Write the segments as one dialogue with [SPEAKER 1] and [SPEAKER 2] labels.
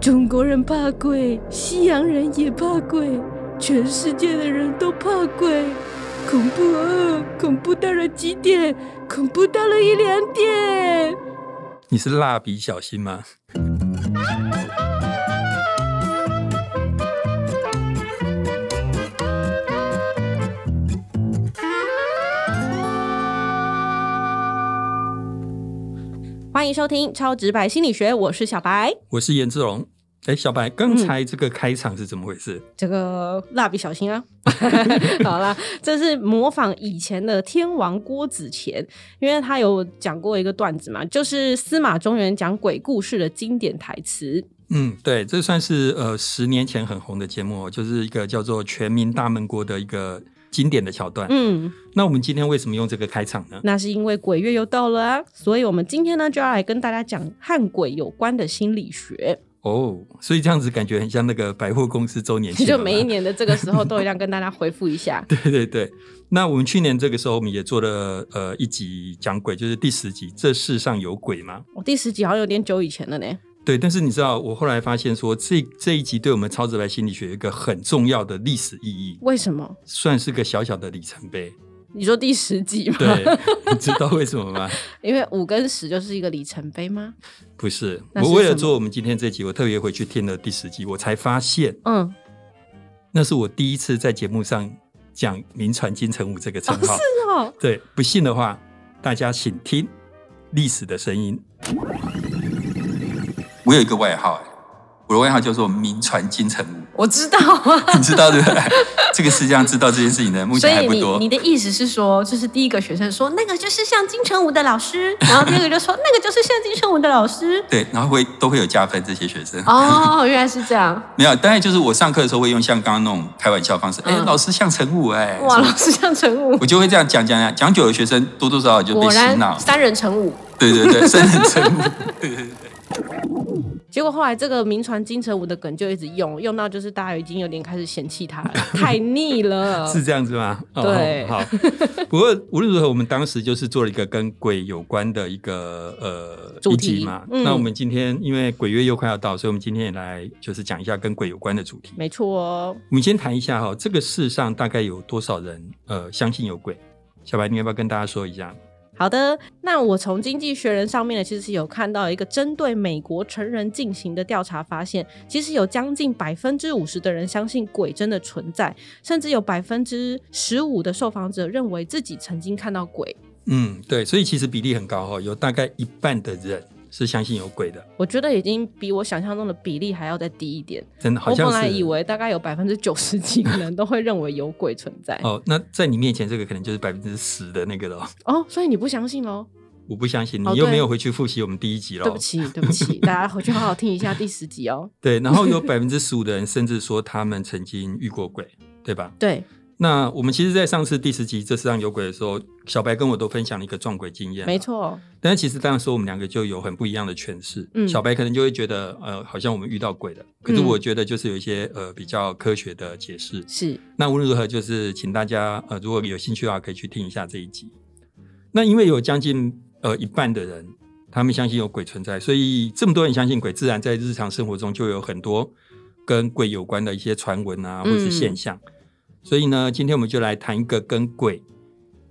[SPEAKER 1] 中国人怕鬼，西洋人也怕鬼，全世界的人都怕鬼。恐怖二，恐怖到了极点，恐怖到了一两点。
[SPEAKER 2] 你是蜡笔小新吗？
[SPEAKER 3] 欢迎收听《超直白心理学》，我是小白。
[SPEAKER 2] 我是颜志龙。哎，小白，刚
[SPEAKER 3] 嗯
[SPEAKER 2] 才这个开场是怎么回事？
[SPEAKER 3] 这个蜡笔小新啊， 好啦，这是模仿以前的天王郭子乾，因为他有讲过一个段子嘛，就是司马中原讲鬼故事的经典台词。
[SPEAKER 2] 嗯，对，这算是呃十年前很红的节目哦，就是一个叫做《全民大闷锅》的一个经典的桥段。
[SPEAKER 3] 嗯，
[SPEAKER 2] 那我们今天为什么用这个开场 呢？
[SPEAKER 3] 那是因为鬼月又到了啊，所以我们今天呢就要来跟大家讲和鬼有关的心理学。
[SPEAKER 2] 哦，所以这样子感觉很像那个百货公司周年庆了
[SPEAKER 3] 就
[SPEAKER 2] 啦，
[SPEAKER 3] 每一年的这个时候都一样跟大家回复 一下。
[SPEAKER 2] 对对对，那我们去年这个时候，我们也做了呃一集讲鬼，就是第十集《这世上有鬼吗
[SPEAKER 3] 我、哦第十集好像有点久以前了呢。》。
[SPEAKER 2] 对，但是你知道，我后来发现说，这这一集对我们超直白心理学有一个很重要的历史意义，
[SPEAKER 3] 为什么？
[SPEAKER 2] 算是个小小的里程碑。
[SPEAKER 3] 你说第十集吗？
[SPEAKER 2] 对，你知道为什么吗？
[SPEAKER 3] 因为五跟十就是一个里程碑吗？
[SPEAKER 2] 不是，
[SPEAKER 3] 那是
[SPEAKER 2] 我为
[SPEAKER 3] 什
[SPEAKER 2] 了
[SPEAKER 3] 么
[SPEAKER 2] 做我们今天这集，我特别回去听了第十集，我才发现
[SPEAKER 3] 嗯，
[SPEAKER 2] 那是我第一次在节目上讲“名传金城武”这个称
[SPEAKER 3] 哦，
[SPEAKER 2] 号。
[SPEAKER 3] 是哦，
[SPEAKER 2] 对，不信的话，大家请听历史的声音。我有一个外号、哎，我的外号叫做“名传金城武
[SPEAKER 4] 我知 道啊”，。
[SPEAKER 2] 你知道对不 对？这个世界上知道这件事情的人目
[SPEAKER 4] 所
[SPEAKER 2] 前还
[SPEAKER 4] 以
[SPEAKER 2] 不
[SPEAKER 4] 你
[SPEAKER 2] 多
[SPEAKER 4] 你。的意思是说，就是第一个学生说那个就是像金城武的老 师，然后第二个就说那个就是像金城武的老师。
[SPEAKER 2] 对，然后会都会有加分，这些学生、
[SPEAKER 4] 哦，原来是这样，
[SPEAKER 2] 没有，当然就是我上课的时候会用像刚刚那种开玩笑的方式，哎、
[SPEAKER 4] 嗯
[SPEAKER 2] 老师像陈武哎、
[SPEAKER 4] 哇，老师像陈武，
[SPEAKER 2] 我就会这样讲讲讲讲久了，学生多多少少就被
[SPEAKER 4] 果
[SPEAKER 2] 洗脑
[SPEAKER 4] 然，三人成武。
[SPEAKER 2] 对 对对，甚至成武，
[SPEAKER 3] 结果后来这个名传金城武的梗就一直用，用到就是大家已经有点开始嫌弃 他了，太腻了。
[SPEAKER 2] 是这样子吗？哦
[SPEAKER 3] 对
[SPEAKER 2] 好。不过无论如何，我们当时就是做了一个跟鬼有关的一个呃
[SPEAKER 3] 主
[SPEAKER 2] 一
[SPEAKER 3] 题
[SPEAKER 2] 集嘛。
[SPEAKER 3] 嗯
[SPEAKER 2] 那我们今天因为鬼月又快要到，所以我们今天也来就是讲一下跟鬼有关的主题。
[SPEAKER 3] 没错哦，
[SPEAKER 2] 我们先谈一下哈、这个世上大概有多少人呃相信有鬼？小白，你要不要跟大家说一下？
[SPEAKER 3] 好的，那我从《经济学人》上面呢，其实有看到一个针对美国成人进行的调查，发现其实有将近百分之五十的人相信鬼真的存在，甚至有百分之十五的受访者认为自己曾经看到鬼。
[SPEAKER 2] 嗯，对，所以其实比例很高哈、有大概一半的人是相信有鬼的，
[SPEAKER 3] 我觉得已经比我想象中的比例还要再低一点。
[SPEAKER 2] 真的好
[SPEAKER 3] 我
[SPEAKER 2] 像
[SPEAKER 3] 本
[SPEAKER 2] 是。
[SPEAKER 3] 来以为大概有百分之九十几的人都会认为有鬼存在
[SPEAKER 2] 哦，那在你面前这个可能就是百分之十的那个了。
[SPEAKER 3] 哦，所以你不相信喽？
[SPEAKER 2] 我不相信
[SPEAKER 3] 哦
[SPEAKER 2] 你又
[SPEAKER 3] 对
[SPEAKER 2] 没有回去复习我们第一集了。
[SPEAKER 3] 对不起，对不 起，大家回去好好听一下第十集哦。
[SPEAKER 2] 对，然后有百分之十五的人甚至说他们曾经遇过鬼，对吧？
[SPEAKER 3] 对，
[SPEAKER 2] 那我们其实，在上次第十集《这世上有鬼》的时候，小白跟我都分享了一个撞鬼经验，啊
[SPEAKER 3] 没。错，
[SPEAKER 2] 但是其实当时我们两个就有很不一样的诠释。
[SPEAKER 3] 嗯
[SPEAKER 2] 小白可能就会觉得，呃，好像我们遇到鬼了。可是
[SPEAKER 3] 嗯
[SPEAKER 2] 我觉得就是有一些呃比较科学的解释。
[SPEAKER 3] 是
[SPEAKER 2] 那无论如何，就是请大家呃，如果有兴趣的话，可以去听一下这一集。那因为有将近呃一半的人，他们相信有鬼存在，所以这么多人相信鬼，自然在日常生活中就有很多跟鬼有关的一些传闻啊，或者是现象。
[SPEAKER 3] 嗯
[SPEAKER 2] 所以呢，今天我们就来谈一个跟鬼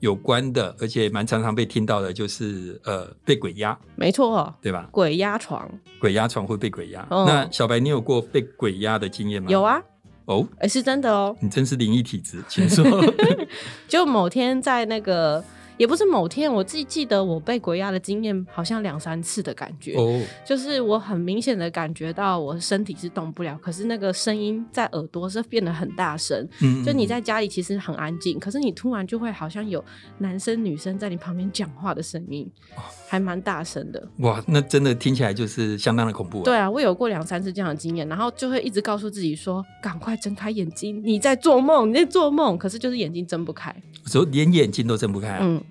[SPEAKER 2] 有关的，而且蛮常常被听到的，就是呃被鬼压，
[SPEAKER 3] 没错。
[SPEAKER 2] 对吧？
[SPEAKER 3] 鬼压床
[SPEAKER 2] 鬼压床会被鬼压。
[SPEAKER 3] 哦
[SPEAKER 2] 那小白，你有过被鬼压的经验吗？
[SPEAKER 3] 有。啊，
[SPEAKER 2] 哦，
[SPEAKER 3] 哎、是真的哦。
[SPEAKER 2] 你真是灵异体质，请说。
[SPEAKER 3] 就某天在那个，也不是某天，我自己记得我被鬼压的经验好像两三次的感觉。
[SPEAKER 2] 哦。
[SPEAKER 3] 就是我很明显的感觉到我身体是动不了，可是那个声音在耳朵是变得很大声。
[SPEAKER 2] 嗯
[SPEAKER 3] 就你在家里其实很安静，可是你突然就会好像有男生女生在你旁边讲话的声音，
[SPEAKER 2] 哦
[SPEAKER 3] 还蛮大声的。
[SPEAKER 2] 哇，那真的听起来就是相当的恐怖、啊。
[SPEAKER 3] 对，啊，我有过两三次这样的经验，然后就会一直告诉自己说：“赶快睁开眼睛，你在做梦，你在做梦。”可是就是眼睛睁不开。
[SPEAKER 2] 所以连眼睛都睁不开、啊。
[SPEAKER 3] 嗯，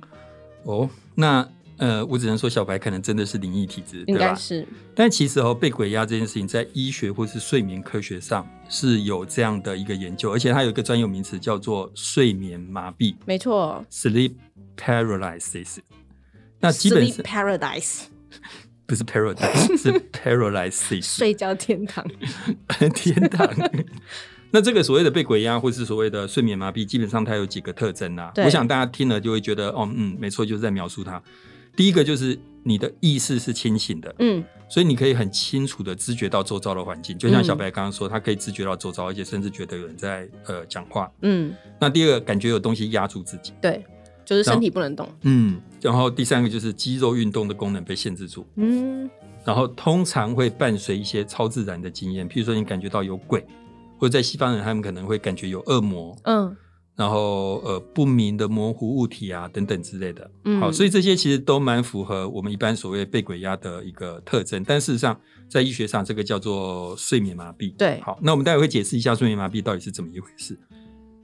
[SPEAKER 2] 哦，那呃，我只能说小白可能真的是灵异体质，
[SPEAKER 3] 应
[SPEAKER 2] 对
[SPEAKER 3] 该
[SPEAKER 2] 吧？
[SPEAKER 3] 是
[SPEAKER 2] 但其实哦，被鬼压这件事情在医学或是睡眠科学上是有这样的一个研究，而且它有一个专有名词叫做睡眠麻痹
[SPEAKER 3] 没错。
[SPEAKER 2] （sleep paralysis）。那基本
[SPEAKER 3] Sleep
[SPEAKER 2] 上
[SPEAKER 3] Paradise，
[SPEAKER 2] 不是 paradise，是 paralysis，
[SPEAKER 3] 睡觉天堂。
[SPEAKER 2] 天堂。那这个所谓的被鬼压，或是所谓的睡眠麻痹，基本上它有几个特征啊。
[SPEAKER 3] 对
[SPEAKER 2] 我想大家听了就会觉得，哦，嗯，没错，就是在描述它。第一个就是你的意识是清醒的，
[SPEAKER 3] 嗯，
[SPEAKER 2] 所以你可以很清楚的知觉到周遭的环境，就像
[SPEAKER 3] 嗯
[SPEAKER 2] 小白刚刚说，他可以知觉到周遭，而且甚至觉得有人在呃讲话。
[SPEAKER 3] 嗯，
[SPEAKER 2] 那第二个感觉有东西压住自己，
[SPEAKER 3] 对，就是身体不能动。
[SPEAKER 2] 嗯，然后第三个就是肌肉运动的功能被限制住，
[SPEAKER 3] 嗯，
[SPEAKER 2] 然后通常会伴随一些超自然的经验，譬如说你感觉到有鬼，或者在西方人他们可能会感觉有恶魔，
[SPEAKER 3] 嗯，
[SPEAKER 2] 然后呃不明的模糊物体啊等等之类的。
[SPEAKER 3] 嗯
[SPEAKER 2] 好，所以这些其实都蛮符合我们一般所谓被鬼压的一个特征，但事实上在医学上这个叫做睡眠麻痹。
[SPEAKER 3] 对
[SPEAKER 2] 好，那我们待会会解释一下睡眠麻痹到底是怎么一回事。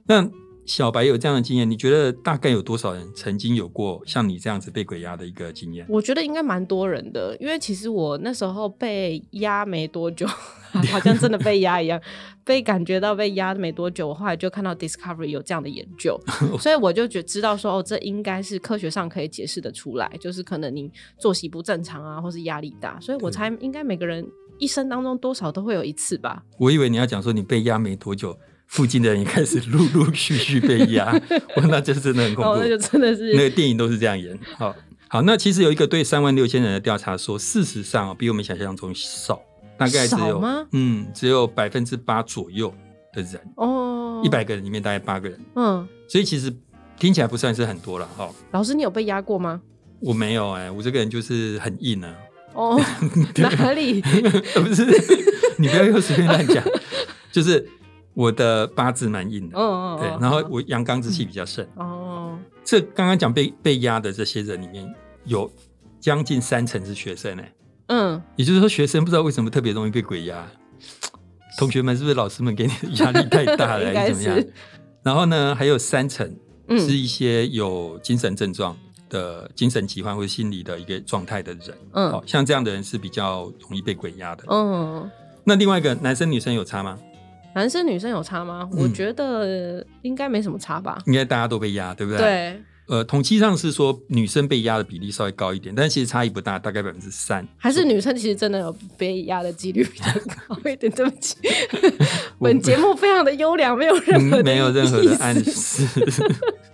[SPEAKER 2] 那小白有这样的经验，你觉得大概有多少人曾经有过像你这样子被鬼压的一个经验？
[SPEAKER 3] 我觉得应该蛮多人的，因为其实我那时候被压没多久， 好像真的被压一样，被感觉到被压没多久，我后来就看到 Discovery 有这样的研 究，所以我就觉知道说，哦，这应该是科学上可以解释的出来，就是可能你作息不正常啊，或是压力大，所以我猜应该每个人一生当中多少都会有一次吧。
[SPEAKER 2] 我以为你要讲说你被压没多久，附近的人也开始陆陆续续被 压，哇，那这真的很恐怖。
[SPEAKER 3] 哦，那就真的
[SPEAKER 2] 那
[SPEAKER 3] 是
[SPEAKER 2] 个电影都是这样演。好，好，那其实有一个对三万六千人的调查说，事实上、哦、比我们想象中少，大概只
[SPEAKER 3] 少
[SPEAKER 2] 有
[SPEAKER 3] 吗
[SPEAKER 2] 嗯，只有百分之八左右的人，
[SPEAKER 3] 哦，
[SPEAKER 2] 一百个人里面大概八个人，
[SPEAKER 3] 嗯，
[SPEAKER 2] 所以其实听起来不算是很多了哈、哦。
[SPEAKER 3] 老师，你有被压过吗？
[SPEAKER 2] 我没有哎、我这个人就是很硬啊，
[SPEAKER 3] 哦，哪里？
[SPEAKER 2] 不是， 你不要又随便乱讲，就是我的八字蛮硬的，
[SPEAKER 3] 哦，嗯
[SPEAKER 2] 对，然后我阳刚之气比较盛。
[SPEAKER 3] 哦，
[SPEAKER 2] 这刚刚讲被被压的这些人里面，有将近三成是学生哎、
[SPEAKER 3] 嗯，
[SPEAKER 2] 也就是说，学生不知道为什么特别容易被 鬼压。同学们是不是老师们给你的压力太 大了，
[SPEAKER 3] 应
[SPEAKER 2] 还
[SPEAKER 3] 该
[SPEAKER 2] 是
[SPEAKER 3] 是
[SPEAKER 2] 怎么样？然后呢，还有三成
[SPEAKER 3] 嗯
[SPEAKER 2] 是一些有精神症状的、精神疾患或者心理的一个状态的人。
[SPEAKER 3] 嗯
[SPEAKER 2] 好像这样的人是比较容易被鬼压的。
[SPEAKER 3] 嗯，
[SPEAKER 2] 那另外一个男生女生有差吗？
[SPEAKER 3] 男生女生有差吗？
[SPEAKER 2] 嗯
[SPEAKER 3] 我觉得应该没什么差吧。
[SPEAKER 2] 应该大家都被压，对不对？。
[SPEAKER 3] 对，
[SPEAKER 2] 呃，统计上是说女生被压的比例稍微高一点，但其实差异不大，大概百分之三。
[SPEAKER 3] 还是女生其实真的有被压的几率比较高一点。对不起，
[SPEAKER 2] 我
[SPEAKER 3] 本节目非常的优良，没有任何的
[SPEAKER 2] 嗯没有任何
[SPEAKER 3] 意
[SPEAKER 2] 的
[SPEAKER 3] 思
[SPEAKER 2] 暗示。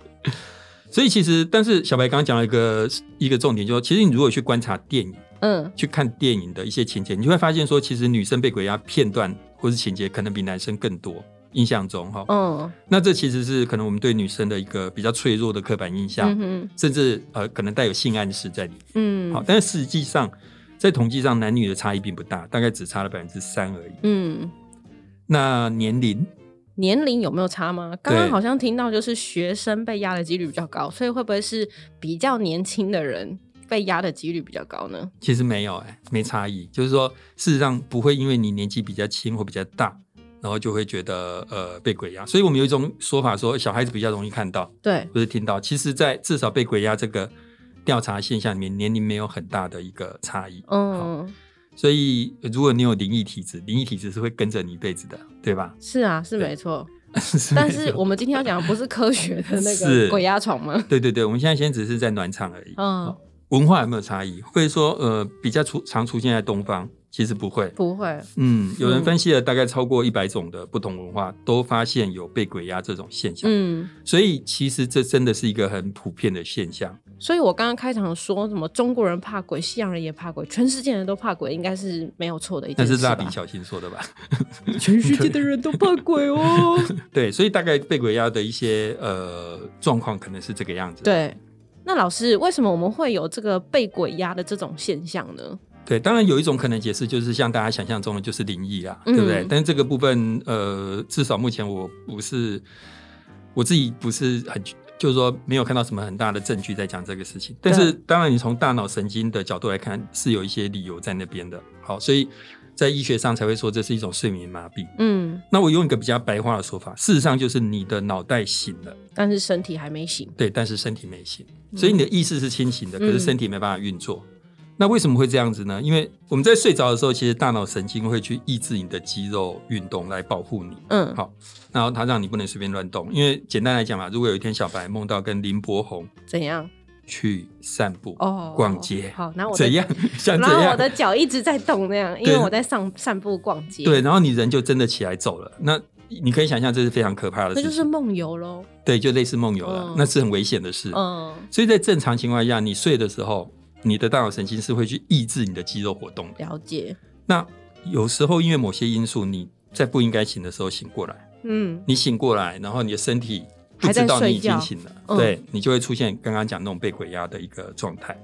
[SPEAKER 2] 所以其实，但是小白刚刚讲了一个一个重点，就是说其实你如果去观察电影，
[SPEAKER 3] 嗯，
[SPEAKER 2] 去看电影的一些情节，你就会发现说，其实女生被鬼压片段或是情节可能比男生更多。印象中哈，
[SPEAKER 3] 嗯
[SPEAKER 2] 那这其实是可能我们对女生的一个比较脆弱的刻板印象，
[SPEAKER 3] 嗯哼
[SPEAKER 2] 甚至呃可能带有性暗示在里面。
[SPEAKER 3] 嗯，
[SPEAKER 2] 好，，但是实际上在统计上，男女的差异并不大，大概只差了百分之三而已。
[SPEAKER 3] 嗯，
[SPEAKER 2] 那年龄
[SPEAKER 3] 年龄有没有差吗？刚刚
[SPEAKER 2] 对
[SPEAKER 3] 好像听到就是学生被压的几率比较高，所以会不会是比较年轻的人被压的几率比较高呢？
[SPEAKER 2] 其实没有哎、没差异。就是说，事实上不会因为你年纪比较轻或比较大，然后就会觉得呃被鬼压。所以我们有一种说法说，小孩子比较容易看到
[SPEAKER 3] 对，
[SPEAKER 2] 或是听到。其实，在至少被鬼压这个调查现象里面，年龄没有很大的一个差异。
[SPEAKER 3] 嗯，
[SPEAKER 2] 所以，呃如果你有灵异体质，灵异体质是会跟着你一辈子的，对吧？
[SPEAKER 3] 是啊，是
[SPEAKER 2] 对
[SPEAKER 3] 没错。但
[SPEAKER 2] 但
[SPEAKER 3] 是我们今天要讲的不是科学的那
[SPEAKER 2] 是
[SPEAKER 3] 个鬼压床吗？
[SPEAKER 2] 对对对，我们现在先只是在暖场而已。
[SPEAKER 3] 嗯，
[SPEAKER 2] 文化有没有差异？会说呃比较出常出现在东方，其实不会。
[SPEAKER 3] 不会，
[SPEAKER 2] 嗯，有人
[SPEAKER 3] 嗯
[SPEAKER 2] 分析了大概超过一百种的不同文化，都发现有被鬼压这种现象。
[SPEAKER 3] 嗯。
[SPEAKER 2] 所以其实这真的是一个很普遍的现象。
[SPEAKER 3] 所以我刚刚开场说什么中国人怕鬼，西洋人也怕鬼，全世界人都怕鬼，应该是没有错的一
[SPEAKER 2] 那
[SPEAKER 3] 件事
[SPEAKER 2] 是蜡
[SPEAKER 3] 吧。
[SPEAKER 2] 笔小新说的吧？
[SPEAKER 3] 全世界的人都怕鬼哦。
[SPEAKER 2] 对，所以大概被鬼压的一些呃状况可能是这个样子。
[SPEAKER 3] 对，那老师，为什么我们会有这个被鬼压的这种现象呢？
[SPEAKER 2] 对，当然有一种可能解释就是像大家想象中的就是灵异啦，
[SPEAKER 3] 嗯
[SPEAKER 2] 对不对？但这个部分呃，至少目前我不是我自己不是很。就是说，没有看到什么很大的证据在讲这个事情，但是当然，你从大脑神经的角度来看，是有一些理由在那边的。好，所以在医学上才会说这是一种睡眠麻痹。
[SPEAKER 3] 嗯，
[SPEAKER 2] 那我用一个比较白话的说法，事实上就是你的脑袋醒了，
[SPEAKER 3] 但是身体还没醒。
[SPEAKER 2] 对，但是身体没醒，
[SPEAKER 3] 嗯
[SPEAKER 2] 所以你的意识是清醒的，可是身体没办法运作。那为什么会这样子呢？因为我们在睡着的时候，其实大脑神经会去抑制你的肌肉运动来保护你，
[SPEAKER 3] 嗯，
[SPEAKER 2] 好然后它让你不能随便乱动。因为简单来讲嘛，如果有一天小白梦到跟林柏宏、
[SPEAKER 3] 怎样？
[SPEAKER 2] 去散步、
[SPEAKER 3] 哦
[SPEAKER 2] 逛街，
[SPEAKER 3] 好，然后我的
[SPEAKER 2] 怎样 像
[SPEAKER 3] 然
[SPEAKER 2] 怎
[SPEAKER 3] 后我
[SPEAKER 2] 样
[SPEAKER 3] 的脚一直在动那样，因为我在上散步逛街，
[SPEAKER 2] 对，，然后你人就真的起来走了。那你可以想象这是非常可怕的
[SPEAKER 3] 那
[SPEAKER 2] 事情，
[SPEAKER 3] 就是梦游喽。
[SPEAKER 2] 对，就类似梦游了，
[SPEAKER 3] 嗯
[SPEAKER 2] 那是很危险的事。
[SPEAKER 3] 嗯，
[SPEAKER 2] 所以在正常情况下，你睡的时候，你的大脑神经是会去抑制你的肌肉活动的。
[SPEAKER 3] 了解。
[SPEAKER 2] 那有时候因为某些因素，你在不应该醒的时候醒过来，
[SPEAKER 3] 嗯，
[SPEAKER 2] 你醒过来，然后你的身体不
[SPEAKER 3] 还在
[SPEAKER 2] 知道你
[SPEAKER 3] 睡
[SPEAKER 2] 已经
[SPEAKER 3] 觉
[SPEAKER 2] 醒了，
[SPEAKER 3] 嗯
[SPEAKER 2] 对你就会出现刚刚讲那种被鬼压的一个状态。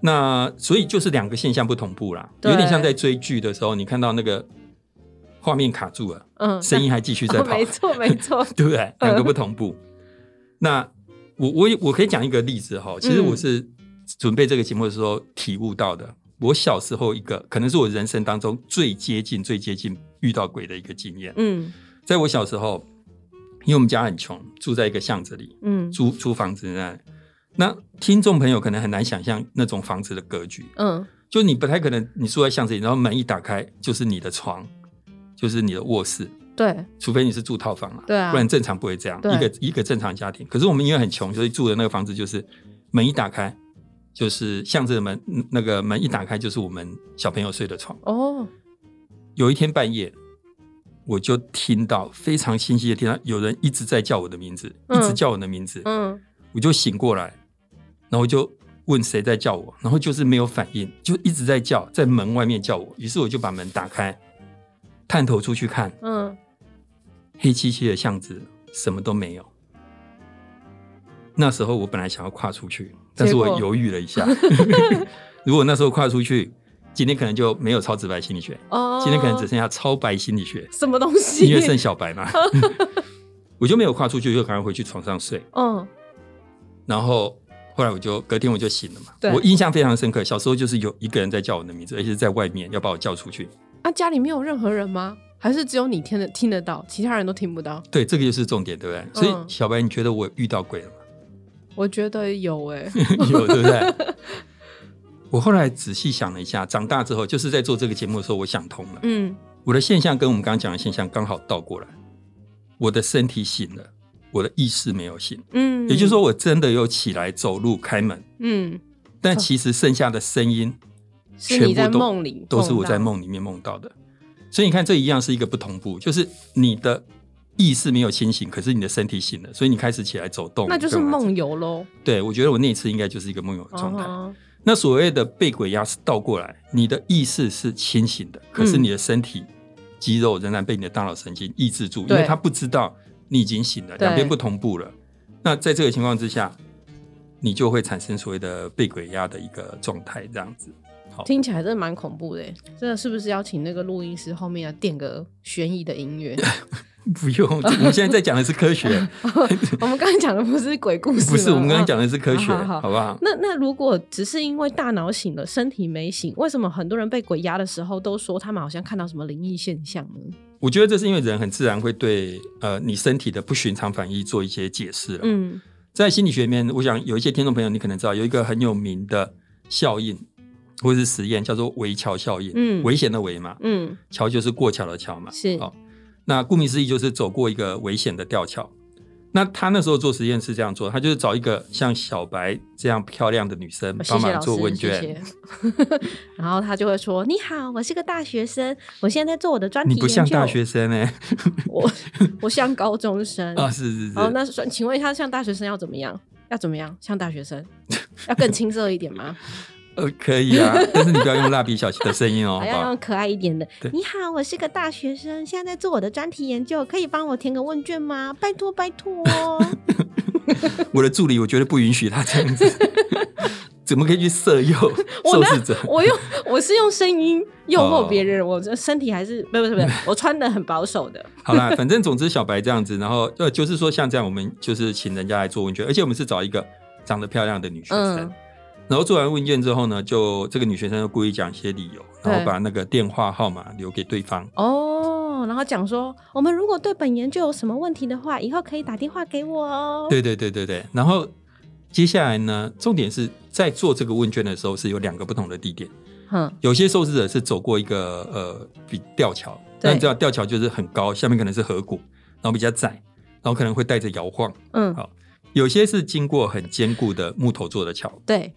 [SPEAKER 2] 那所以就是两个现象不同步啦，有点像
[SPEAKER 3] 对
[SPEAKER 2] 在追剧的时候，你看到那个画面卡住了，
[SPEAKER 3] 嗯，
[SPEAKER 2] 声音还继续在
[SPEAKER 3] 哦
[SPEAKER 2] 跑，
[SPEAKER 3] 没错没 错，
[SPEAKER 2] 对不 对？两个不同步。那我我也我可以讲一个例子哈，其实
[SPEAKER 3] 嗯
[SPEAKER 2] 我是准备这个节目的时候体悟到的。我小时候一个可能是我人生当中最接近、最接近遇到鬼的一个经验。
[SPEAKER 3] 嗯
[SPEAKER 2] 在我小时候，因为我们家很穷，住在一个巷子里，
[SPEAKER 3] 嗯
[SPEAKER 2] 租租房子那。那听众朋友可能很难想象那种房子的格局，
[SPEAKER 3] 嗯，
[SPEAKER 2] 就你不太可能你住在巷子里，然后门一打开就是你的床，就是你的卧室，
[SPEAKER 3] 对，
[SPEAKER 2] 除非你是住套房啊，
[SPEAKER 3] 对啊
[SPEAKER 2] 不然正常不会这样。
[SPEAKER 3] 对
[SPEAKER 2] 一个一个正常家庭，可是我们因为很穷，所以住的那个房子就是门一打开，就是巷子的门，嗯那个门一打开就是我们小朋友睡的床。
[SPEAKER 3] 哦，
[SPEAKER 2] 有一天半夜，我就听到非常清晰的听到有人一直在叫我的名字，
[SPEAKER 3] 嗯
[SPEAKER 2] 一直叫我的名字，
[SPEAKER 3] 嗯
[SPEAKER 2] 我就醒过来，然后就问谁在叫我，然后就是没有反应，就一直在叫，在门外面叫我。于是我就把门打开，探头出去看，
[SPEAKER 3] 嗯，
[SPEAKER 2] 黑漆漆的巷子，什么都没有。那时候我本来想要跨出去，但是我犹豫了 一下。 如果那时候跨出去，今天可能就没有超直白心理学，
[SPEAKER 3] 哦，
[SPEAKER 2] 今天可能只剩下超白心理学，
[SPEAKER 3] 什么东西？
[SPEAKER 2] 因为剩小白嘛。 我就没有跨出去，就赶快回去床上睡。
[SPEAKER 3] 嗯
[SPEAKER 2] 然后后来我就隔天我就醒了嘛
[SPEAKER 3] 对。
[SPEAKER 2] 我印象非常深刻，小时候就是有一个人在叫我的名字，而且是在外面要把我叫出去。
[SPEAKER 3] 啊，家里没有任何人吗？还是只有你听得听得到，其他人都听不到？
[SPEAKER 2] 对，这个就是重点，对不对？所
[SPEAKER 3] 嗯
[SPEAKER 2] 以小白，你觉得我遇到鬼了吗？
[SPEAKER 3] 我觉得有欸诶、
[SPEAKER 2] 有，对不对？我后来仔细想了一下，长大之后，就是在做这个节目的时候，我想通了。
[SPEAKER 3] 嗯，
[SPEAKER 2] 我的现象跟我们刚刚讲的现象刚好倒过来，我的身体醒了，我的意识没有醒，
[SPEAKER 3] 嗯，
[SPEAKER 2] 也就是说，，我真的有起来走路、开门，
[SPEAKER 3] 嗯，
[SPEAKER 2] 但其实剩下的声音
[SPEAKER 3] 是你在
[SPEAKER 2] 全部都
[SPEAKER 3] 梦里
[SPEAKER 2] 都是我
[SPEAKER 3] 梦到
[SPEAKER 2] 在梦里面梦到的。所以你看，这一样是一个不同步，就是你的意识没有清醒，可是你的身体醒了，所以你开始起来走动，
[SPEAKER 3] 那就是
[SPEAKER 2] 干嘛之类的
[SPEAKER 3] 梦游喽。
[SPEAKER 2] 对，我觉得我那一次应该就是一个梦游的状态。
[SPEAKER 3] 哦
[SPEAKER 2] 那所谓的被鬼压是倒过来，你的意识是清醒
[SPEAKER 3] 嗯
[SPEAKER 2] 的，可是你的身体、肌肉仍然被你的大脑神经抑制住，因
[SPEAKER 3] 对
[SPEAKER 2] 为它不知道你已经醒了，
[SPEAKER 3] 对
[SPEAKER 2] 两边不同步了。那在这个情况之下，你就会产生所谓的被鬼压的一个状态，这样子。
[SPEAKER 3] 听起来真的蛮恐怖的耶，欸真的是不是要请那个录音师后面要垫个悬疑的音乐？
[SPEAKER 2] 不用， 我们现在在讲的是科学，
[SPEAKER 3] 我们刚才讲的不是鬼故事吗，
[SPEAKER 2] 不是我们刚才
[SPEAKER 3] 啊
[SPEAKER 2] 讲的是科学，
[SPEAKER 3] 好好好
[SPEAKER 2] 不好？
[SPEAKER 3] 那那如果只是因为大脑醒了，身体没醒，为什么很多人被鬼压的时候都说他们好像看到什么灵异现象呢？
[SPEAKER 2] 我觉得这是因为人很自然会对呃你身体的不寻常反应做一些解释了。
[SPEAKER 3] 嗯，
[SPEAKER 2] 在心理学里面，我想有一些听众朋友你可能知道，有一个很有名的效应或者是实验叫做围桥效应，
[SPEAKER 3] 嗯
[SPEAKER 2] 危险的围嘛，
[SPEAKER 3] 嗯
[SPEAKER 2] 桥就是过桥的桥嘛，
[SPEAKER 3] 是
[SPEAKER 2] 哦。那顾名思义就是走过一个危险的吊桥。那他那时候做实验是这样做，他就是找一个像小白这样漂亮的女生
[SPEAKER 3] 哦谢
[SPEAKER 2] 帮
[SPEAKER 3] 谢
[SPEAKER 2] 忙
[SPEAKER 3] 老
[SPEAKER 2] 做问
[SPEAKER 3] 师，
[SPEAKER 2] 卷，
[SPEAKER 3] 谢谢。 然后他就会说：“你好，我是个大学生，我现在在做我的专题
[SPEAKER 2] 你不像
[SPEAKER 3] 研究
[SPEAKER 2] 大学生哎、
[SPEAKER 3] 我 我像高中生。
[SPEAKER 2] 啊，是是是，
[SPEAKER 3] 哦，那说请问一下，像大学生要怎么样？要怎么样？像大学生要更青涩一点吗？
[SPEAKER 2] 呃可以啊， 但是你不要用蜡笔小新的声音 哦，好
[SPEAKER 3] 还
[SPEAKER 2] 不
[SPEAKER 3] 要
[SPEAKER 2] 好
[SPEAKER 3] 用？可爱一点的
[SPEAKER 2] 对。
[SPEAKER 3] 你好，我是个大学生，现在在做我的专题研究，可以帮我填个问卷吗？ 拜托，拜托 哦。
[SPEAKER 2] 我的助理我绝对不允许他 这样子，怎么可以去色诱
[SPEAKER 3] 我
[SPEAKER 2] 受
[SPEAKER 3] 呢
[SPEAKER 2] 试者？
[SPEAKER 3] 我用我是用声音诱惑
[SPEAKER 2] 哦
[SPEAKER 3] 别人，我这身体还是不是不是， 我穿的很保守的。
[SPEAKER 2] 好啦，反正总之小白这样子，然后呃，就是说像这样，我们就是请人家来做问卷，而且我们是找一个长得漂亮的女学生，
[SPEAKER 3] 嗯
[SPEAKER 2] 然后做完问卷之后呢，就这个女学生就故意讲一些理由，然
[SPEAKER 3] 对
[SPEAKER 2] 后把那个电话号码留给对方。
[SPEAKER 3] 哦，然后讲说，我们如果对本研究有什么问题的话，以后可以打电话给我哦。
[SPEAKER 2] 对对对对对，然后接下来呢，重点是在做这个问卷的时候是有两个不同的地点，
[SPEAKER 3] 哼，
[SPEAKER 2] 有些受试者是走过一个呃比吊桥，
[SPEAKER 3] 对
[SPEAKER 2] 但你知道吊桥就是很高，下面可能是河谷，然后比较窄，然后可能会带着摇晃。
[SPEAKER 3] 嗯
[SPEAKER 2] 好有些是经过很坚固的木头做的桥。
[SPEAKER 3] 对，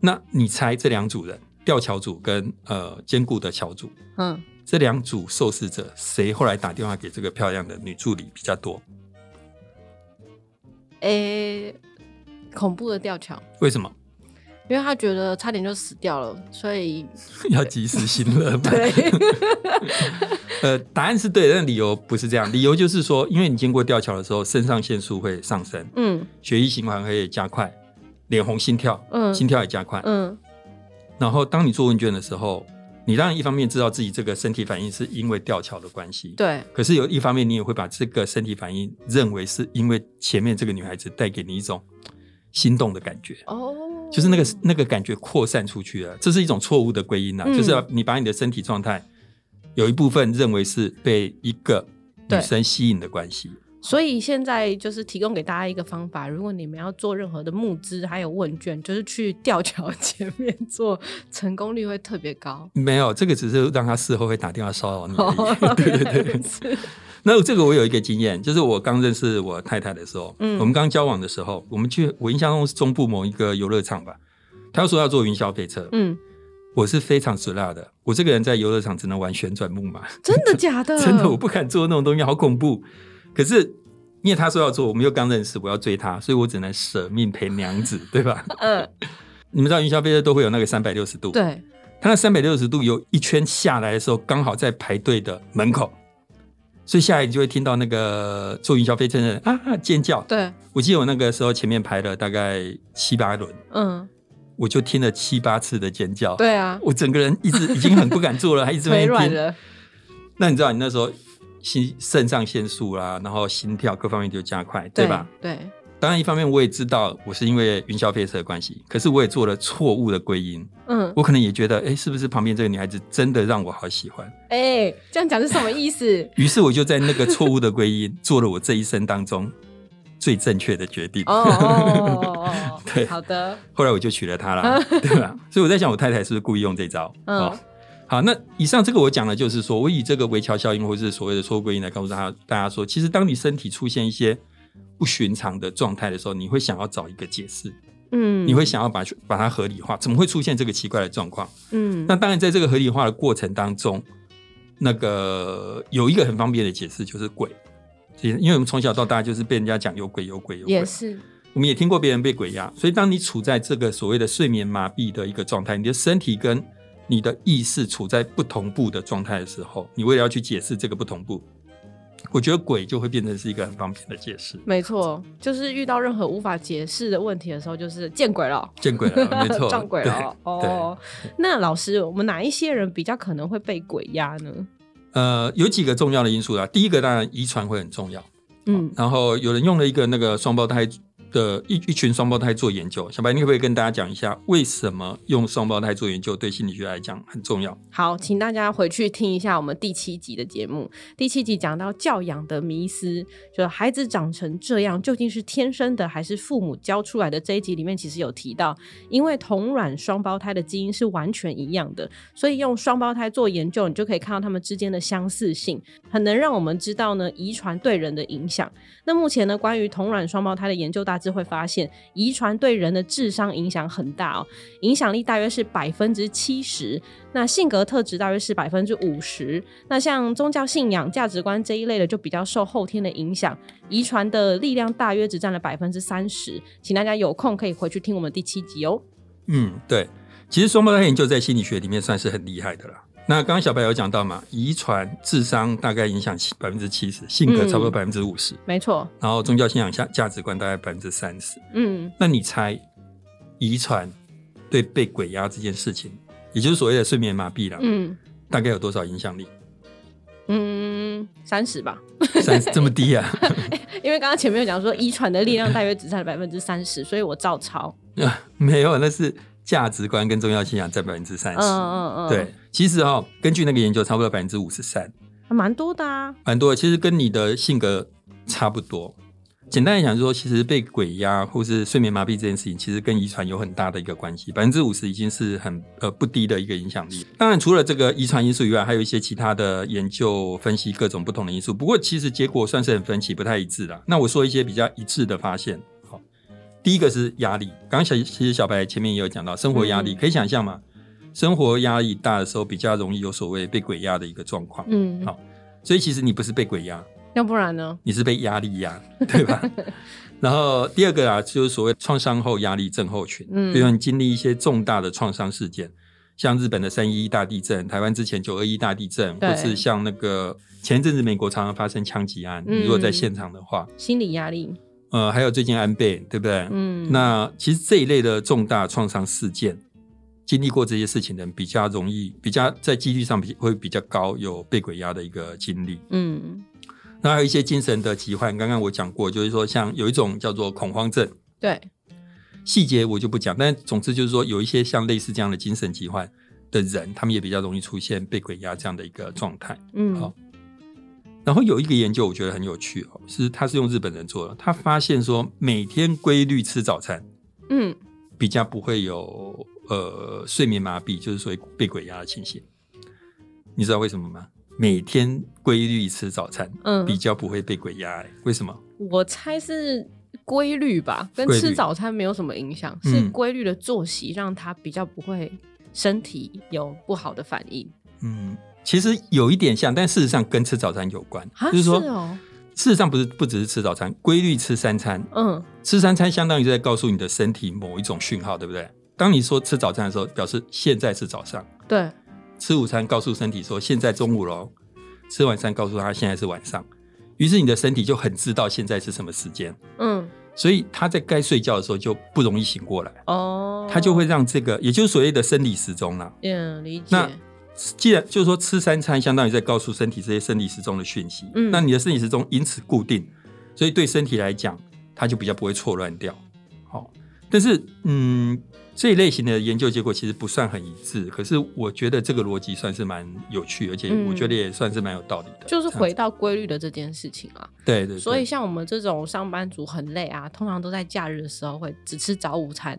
[SPEAKER 2] 那你猜这两组人，吊桥组跟呃坚固的桥组，
[SPEAKER 3] 嗯，
[SPEAKER 2] 这两组受试者，谁后来打电话给这个漂亮的女助理比较多？
[SPEAKER 3] 诶、恐怖的吊桥，
[SPEAKER 2] 为什么？
[SPEAKER 3] 因为他觉得差点就死掉了，所 以
[SPEAKER 2] 要及时行乐吗？
[SPEAKER 3] 对，
[SPEAKER 2] 呃，答案是对的，但理由不是这样。理由就是说，因为你经过吊桥的时候，肾上腺素会上升，
[SPEAKER 3] 嗯
[SPEAKER 2] 血液循环会加快，脸红心跳，
[SPEAKER 3] 嗯
[SPEAKER 2] 心跳也加快。
[SPEAKER 3] 嗯
[SPEAKER 2] 然后当你做问卷的时候，你当然一方面知道自己这个身体反应是因为吊桥的关系，
[SPEAKER 3] 对，
[SPEAKER 2] 可是有一方面，你也会把这个身体反应认为是因为前面这个女孩子带给你一种心动的感觉，
[SPEAKER 3] 哦，
[SPEAKER 2] 就是那个那个感觉扩散出去了。这是一种错误的归因啊，
[SPEAKER 3] 嗯
[SPEAKER 2] 就是你把你的身体状态有一部分认为是被一个女生吸引的关系。
[SPEAKER 3] 所以现在就是提供给大家一个方法，如果你们要做任何的募资还有问卷，就是去吊桥 前面做，成功率会特别高。
[SPEAKER 2] 没有，这个只是让她事后会打电话骚 扰你而
[SPEAKER 3] 哦
[SPEAKER 2] 已。 对对 对，
[SPEAKER 3] 是
[SPEAKER 2] 那这个我有一个经验，就是我刚认识我太太的时候，
[SPEAKER 3] 嗯
[SPEAKER 2] 我们刚交往的时候，我们去我印象中是中部某一个游乐场吧，她说要坐云霄飞车，
[SPEAKER 3] 嗯，
[SPEAKER 2] 我是非常死辣的，我这个人在游乐场只能玩旋转木马，
[SPEAKER 3] 真的假的？
[SPEAKER 2] 真的我不敢做那种东西，好恐怖。可是因为他说要做，我们又刚认识，我要追他，所以我只能舍命陪娘 子，对吧？
[SPEAKER 3] 嗯、
[SPEAKER 2] 你们知道云霄飞车都会有那个三百六十度，，
[SPEAKER 3] 对，
[SPEAKER 2] 他那三百六十度有一圈下来的时候，刚好在排队的门口，所以下来你就会听到那个坐云霄飞车的人啊尖叫。
[SPEAKER 3] 对，
[SPEAKER 2] 我记得我那个时候前面排了大概七八轮，
[SPEAKER 3] 嗯，
[SPEAKER 2] 我就听了七八次的尖叫，
[SPEAKER 3] 对啊，
[SPEAKER 2] 我整个人一直已经很不敢做了，还一直在
[SPEAKER 3] 腿
[SPEAKER 2] 那边
[SPEAKER 3] 软
[SPEAKER 2] 听。
[SPEAKER 3] 了，
[SPEAKER 2] 那你知道你那时候心肾上腺素啦，然后心跳各方面就加快，对吧？？
[SPEAKER 3] 对，
[SPEAKER 2] 当然，一方面我也知道我是因为云霄飞车的关系，可是我也做了错误的归因，
[SPEAKER 3] 嗯，
[SPEAKER 2] 我可能也觉得，哎，是不是旁边这个女孩子真的让我好喜欢？？
[SPEAKER 3] 哎、这样讲是什么意思
[SPEAKER 2] 于是我就在那个错误的归因做了我这一生当中最正确的决定。
[SPEAKER 3] 哦哦哦哦哦，
[SPEAKER 2] 对
[SPEAKER 3] 好的，
[SPEAKER 2] 后来我就娶了 她啦，对吧？所以我在想，我太太是不是故意用这招？
[SPEAKER 3] 嗯
[SPEAKER 2] 哦，好，那以上这个我讲的就是说，我以这个围桥效应或是所谓的错误归因来告诉大家，大家说，其实当你身体出现一些不寻常的状态的时候，你会想要找一个解释，
[SPEAKER 3] 嗯，
[SPEAKER 2] 你会想要把把它合理化，怎么会出现这个奇怪的状况？
[SPEAKER 3] 嗯，
[SPEAKER 2] 那当然，在这个合理化的过程当中，那个有一个很方便的解释就是鬼。其实因为我们从小到大就是被人家讲有鬼有鬼有鬼，
[SPEAKER 3] 也是，
[SPEAKER 2] 我们也听过别人被鬼压，所以当你处在这个所谓的睡眠麻痹的一个状态，你的身体跟你的意识处在不同步的状态的时候，你为了要去解释这个不同步，我觉得鬼就会变成是一个很方便的 解释。
[SPEAKER 3] 没错，就是遇到任何无法解释的问题的时候，就是见鬼 了。
[SPEAKER 2] 见鬼了，啊没错，
[SPEAKER 3] 撞鬼
[SPEAKER 2] 对
[SPEAKER 3] 了
[SPEAKER 2] 对
[SPEAKER 3] 哦。那老师，我们哪一些人比较可能会被鬼压呢？
[SPEAKER 2] 呃，有几个重要的因素啦。第一个当然遗传会很重要，
[SPEAKER 3] 嗯，
[SPEAKER 2] 然后有人用了一个那个双胞胎的一一群双胞胎做研究，小白，你可不可以跟大家讲一下为什么用双胞胎做研究对心理学来讲很重要？
[SPEAKER 3] 好，请大家回去听一下我们第七集的节目。第七集讲到教养的迷思，就是孩子长成这样究竟是天生的还是父母教出来的？这一集里面其实有提到，因为同卵双胞胎的基因是完全一样的，所以用双胞胎做研究，你就可以看到他们之间的相似性，很能让我们知道呢遗传对人的影响。那目前呢，关于同卵双胞胎的研究大致会发现，遗传对人的智商影响很大哦，影响力大约是百分之七十。那性格特质大约是百分之五十。那像宗教信仰、价值观这一类的，就比较受后天的影响，遗传的力量大约只占了百分之三十。请大家有空可以回去听我们第七集哦。
[SPEAKER 2] 嗯，对，其实双胞胎研究在心理学里面算是很厉害的啦。那刚刚小白有讲到嘛，遗传、智商大概影响百分之七十，性格
[SPEAKER 3] 嗯
[SPEAKER 2] 差不多百分之五十，
[SPEAKER 3] 没错，
[SPEAKER 2] 然后宗教信仰下价值观大概百分之三十。
[SPEAKER 3] 嗯，
[SPEAKER 2] 那你猜，遗传对被鬼压这件事情，也就是所谓的睡眠麻痹啦，
[SPEAKER 3] 嗯
[SPEAKER 2] 大概有多少影响力？
[SPEAKER 3] 嗯，三十吧，
[SPEAKER 2] 三十这 么低啊？
[SPEAKER 3] 因为刚刚前面有讲说遗传的力量大约只占了百分之三十，所以我照抄。
[SPEAKER 2] 没有，那是价值观跟宗教信仰占百分之三
[SPEAKER 3] 嗯
[SPEAKER 2] 十。
[SPEAKER 3] 嗯嗯，
[SPEAKER 2] 对，，其实哦，根据那个研究，差不多百分之五十三。
[SPEAKER 3] 蛮多的啊。
[SPEAKER 2] 蛮多的，其实跟你的性格差不多。简单来讲，就是说其实被鬼压或是睡眠麻痹这件事情，其实跟遗传有很大的一个关系。百分之五十已经是很呃不低的一个影响力。当然，除了这个遗传因素以外，还有一些其他的研究分析各种不同的因素。不过，其实结果算是很分歧，不太一致啦。那我说一些比较一致的发现，第一个是压力，刚刚小其实小白前面也有讲到生活压力，
[SPEAKER 3] 嗯
[SPEAKER 2] 可以想象嘛，生活压力大的时候比较容易有所谓被鬼压的一个状况。
[SPEAKER 3] 嗯，
[SPEAKER 2] 好所以其实你不是被鬼压，
[SPEAKER 3] 要不然呢？
[SPEAKER 2] 你是被压力压， 对吧？然后第二个啊，就是所谓创伤后压力症候群，
[SPEAKER 3] 嗯
[SPEAKER 2] 嗯，就像你经历一些重大的创伤事件，像日本的三一一大地震，台湾之前九二一大地震，
[SPEAKER 3] 对
[SPEAKER 2] 或是像那个前一阵子美国常常发生枪击案，
[SPEAKER 3] 嗯
[SPEAKER 2] 你如果在现场的话，
[SPEAKER 3] 心理压力，
[SPEAKER 2] 呃，还有最近安倍，对不对？
[SPEAKER 3] 嗯，
[SPEAKER 2] 那其实这一类的重大创伤事件，经历过这些事情的人比较容易，比较在几率上比会比较高有被鬼压的一个经历。
[SPEAKER 3] 嗯，
[SPEAKER 2] 那还有一些精神的疾患，刚刚我讲过，就是说像有一种叫做恐慌症，
[SPEAKER 3] 对，
[SPEAKER 2] 细节我就不讲，但总之就是说有一些像类似这样的精神疾患的人，他们也比较容易出现被鬼压这样的一个状态。
[SPEAKER 3] 嗯，
[SPEAKER 2] 好然后有一个研究我觉得很有趣哦，是他是用日本人做的，他发现说每天规律吃早餐
[SPEAKER 3] 嗯，
[SPEAKER 2] 比较不会有呃睡眠麻痹，就是所谓被鬼压的情形。你知道为什么吗？每天规律吃早餐，
[SPEAKER 3] 嗯
[SPEAKER 2] 比较不会被鬼压、欸，为什么？
[SPEAKER 3] 我猜是规律吧，跟
[SPEAKER 2] 规律
[SPEAKER 3] 吃早餐没有什么影响，
[SPEAKER 2] 嗯
[SPEAKER 3] 是规律的作息让他比较不会身体有不好的反应。
[SPEAKER 2] 嗯，其实有一点像，但事实上跟吃早餐有关，
[SPEAKER 3] 啊
[SPEAKER 2] 就是说，
[SPEAKER 3] 是哦
[SPEAKER 2] 事实上不是不只是吃早餐，规律吃三餐，
[SPEAKER 3] 嗯，
[SPEAKER 2] 吃三餐相当于在告诉你的身体某一种讯号，对不对？当你说吃早餐的时候，表示现在是早上；
[SPEAKER 3] 对，
[SPEAKER 2] 吃午餐告诉身体说现在中午喽；吃晚餐告诉他现在是晚上。于是你的身体就很知道现在是什么时间，
[SPEAKER 3] 嗯，
[SPEAKER 2] 所以他在该睡觉的时候就不容易醒过来，
[SPEAKER 3] 哦，
[SPEAKER 2] 他就会，让这个，也就是所谓的生理时钟啦、
[SPEAKER 3] 嗯，理解，
[SPEAKER 2] 那既然就是说吃三餐，相当于在告诉身体这些生理时钟的讯息，
[SPEAKER 3] 嗯
[SPEAKER 2] 那你的生理时钟因此固定，所以对身体来讲，它就比较不会错乱掉。好、但是嗯，这一类型的研究结果其实不算很一致，可是我觉得这个逻辑算是蛮有趣，而且
[SPEAKER 3] 嗯
[SPEAKER 2] 我觉得也算是蛮有道理的。
[SPEAKER 3] 就是
[SPEAKER 2] 这样
[SPEAKER 3] 回
[SPEAKER 2] 子
[SPEAKER 3] 到规律的这件事情啊。
[SPEAKER 2] 对对对，
[SPEAKER 3] 所以像我们这种上班族很累啊，通常都在假日的时候会只吃早午餐，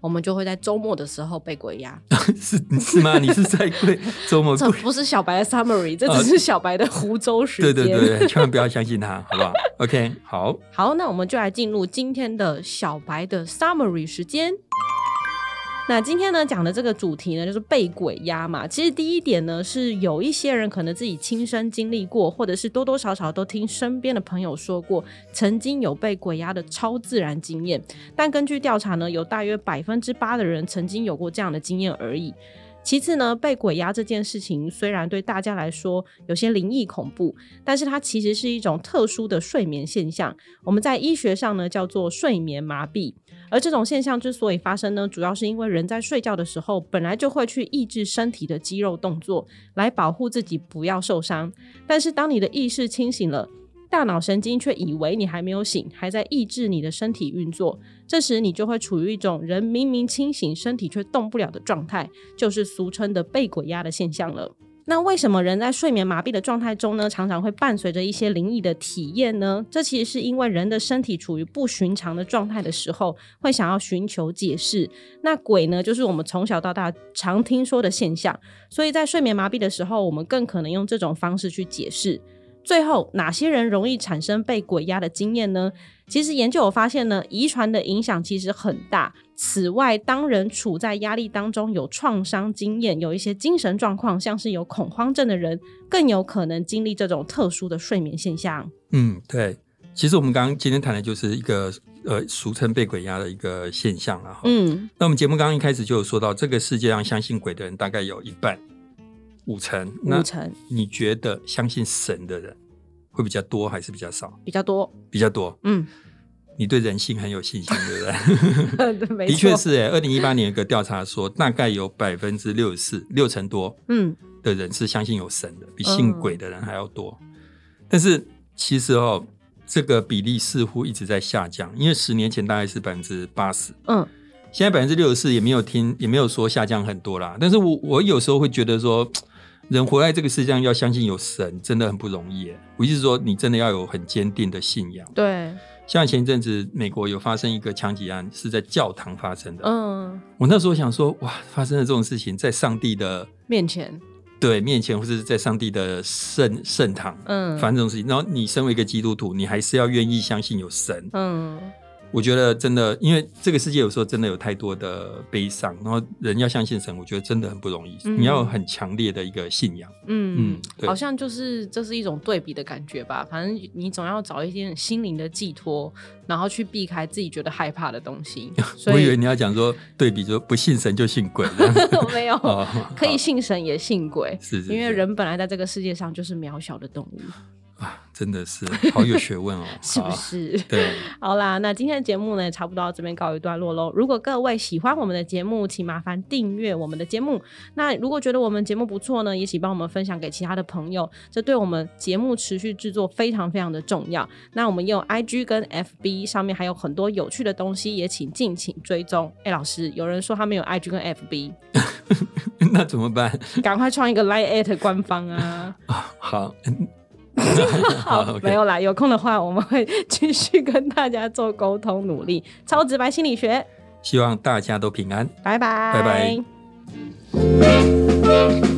[SPEAKER 3] 我们就会在周末的时候被鬼压。
[SPEAKER 2] 是是吗？你是在对周末
[SPEAKER 3] 这
[SPEAKER 2] 过？
[SPEAKER 3] 不是小白的 summary，这
[SPEAKER 2] 哦 呃
[SPEAKER 3] 只是小白的湖州时
[SPEAKER 2] 对
[SPEAKER 3] 间。
[SPEAKER 2] 对 对，对千万不要相信他，好不好？OK，好。
[SPEAKER 3] 好，那我们就来进入今天的小白的 summary 时间。那今天呢讲的这个主题呢，就是被鬼压嘛。其实第一点呢，是有一些人可能自己亲身经历过，或者是多多少少都听身边的朋友说过，曾经有被鬼压的超自然经验。但根据调查呢，有大约百分之八的人曾经有过这样的经验而已。其次呢，被鬼压这件事情虽然对大家来说有些灵异恐怖，但是它其实是一种特殊的睡眠现象，我们在医学上呢叫做睡眠麻痹。而这种现象之所以发生呢，主要是因为人在睡觉的时候本来就会去抑制身体的肌肉动作，来保护自己不要受伤。但是当你的意识清醒了，大脑神经却以为你还没有醒，还在抑制你的身体运作。这时你就会处于一种人明明清醒，身体却动不了的状态，就是俗称的被鬼压的现象了。那为什么人在睡眠麻痹的状态中呢，常常会伴随着一些灵异的体验呢？这其实是因为人的身体处于不寻常的状态的时候，会想要寻求解释。那鬼呢，就是我们从小到大常听说的现象，所以在睡眠麻痹的时候，我们更可能用这种方式去解释。最后，哪些人容易产生被鬼压的经验呢？其实研究有发现呢，遗传的影响其实很大。此外，当人处在压力当中，有创伤经验，有一些精神状况，像是有恐慌症的人，更有可能经历这种特殊的睡眠现象。
[SPEAKER 2] 嗯，对。其实我们刚刚今天谈的就是一个呃，俗称被鬼压的一个现象了哈。
[SPEAKER 3] 嗯
[SPEAKER 2] 那我们节目刚刚一开始就有说到，这个世界上相信鬼的人大概有一半，五成。那
[SPEAKER 3] 五成
[SPEAKER 2] 你觉得相信神的人会比较多还是比较少？
[SPEAKER 3] 比较多。
[SPEAKER 2] 比较多。
[SPEAKER 3] 嗯，
[SPEAKER 2] 你对人性很有信心，对不对？
[SPEAKER 3] 对 没
[SPEAKER 2] 的确
[SPEAKER 3] 错。
[SPEAKER 2] 是诶，二零一八年有个调查说，大概有百分之六十四，六成多
[SPEAKER 3] 嗯
[SPEAKER 2] 的人是相信有神的，比信鬼的人还要多。但是其实哦，这个比例似乎一直在下降，因为十年前大概是百分之八十，
[SPEAKER 3] 嗯
[SPEAKER 2] 现在百分之六十四也没有听，也没有说下降很多啦。但是我我有时候会觉得说，人活在这个世界上要相信有神，真的很不容易耶。我意思是说，你真的要有很坚定的信仰。
[SPEAKER 3] 对，
[SPEAKER 2] 像前一阵子美国有发生一个枪击案，是在教堂发生的。
[SPEAKER 3] 嗯，
[SPEAKER 2] 我那时候想说，哇，发生了这种事情，在上帝的
[SPEAKER 3] 面前，
[SPEAKER 2] 对面前，或者是在上帝的圣圣堂，
[SPEAKER 3] 嗯，
[SPEAKER 2] 反正这种事情。然后你身为一个基督徒，你还是要愿意相信有神，
[SPEAKER 3] 嗯
[SPEAKER 2] 我觉得真的，因为这个世界有时候真的有太多的悲伤，然后人要相信神，我觉得真的很不容易。
[SPEAKER 3] 嗯
[SPEAKER 2] 你要有很强烈的一个信仰，
[SPEAKER 3] 嗯
[SPEAKER 2] 嗯，对
[SPEAKER 3] 好像就是这是一种对比的感觉吧。反正你总要找一点心灵的寄托，然后去避开自己觉得害怕的东 西。所
[SPEAKER 2] 我以 为
[SPEAKER 3] 以
[SPEAKER 2] 你要讲说对比说不信神就信鬼这样
[SPEAKER 3] 我没有、
[SPEAKER 2] 哦，
[SPEAKER 3] 可以
[SPEAKER 2] 好
[SPEAKER 3] 信神也信鬼，
[SPEAKER 2] 是是，
[SPEAKER 3] 因为
[SPEAKER 2] 是
[SPEAKER 3] 人本来在这个世界上就是渺小的动物，
[SPEAKER 2] 啊，真的是好有学问哦，
[SPEAKER 3] 是不
[SPEAKER 2] 好？
[SPEAKER 3] 是？
[SPEAKER 2] 对，
[SPEAKER 3] 好啦，那今天的节目呢，也差不多到这边告一段落喽。如果各位喜欢我们的节目，请麻烦订阅我们的节目。那如果觉得我们节目不错呢，也请帮我们分享给其他的朋友，这对我们节目持续制作非常非常的重要。那我们也有 IG 跟 FB 上面还有很多有趣的东西，也请敬请追踪。哎，老师，有人说他没有 IG 跟 FB，
[SPEAKER 2] 那怎么办？
[SPEAKER 3] 赶快创一个 Line at 官方啊！
[SPEAKER 2] 好，嗯
[SPEAKER 3] 好，
[SPEAKER 2] OK
[SPEAKER 3] 没有啦，有空的话我们会继续跟大家做沟通努力。超直白心理学。
[SPEAKER 2] 希望大家都平安。
[SPEAKER 3] 拜拜，
[SPEAKER 2] 拜拜。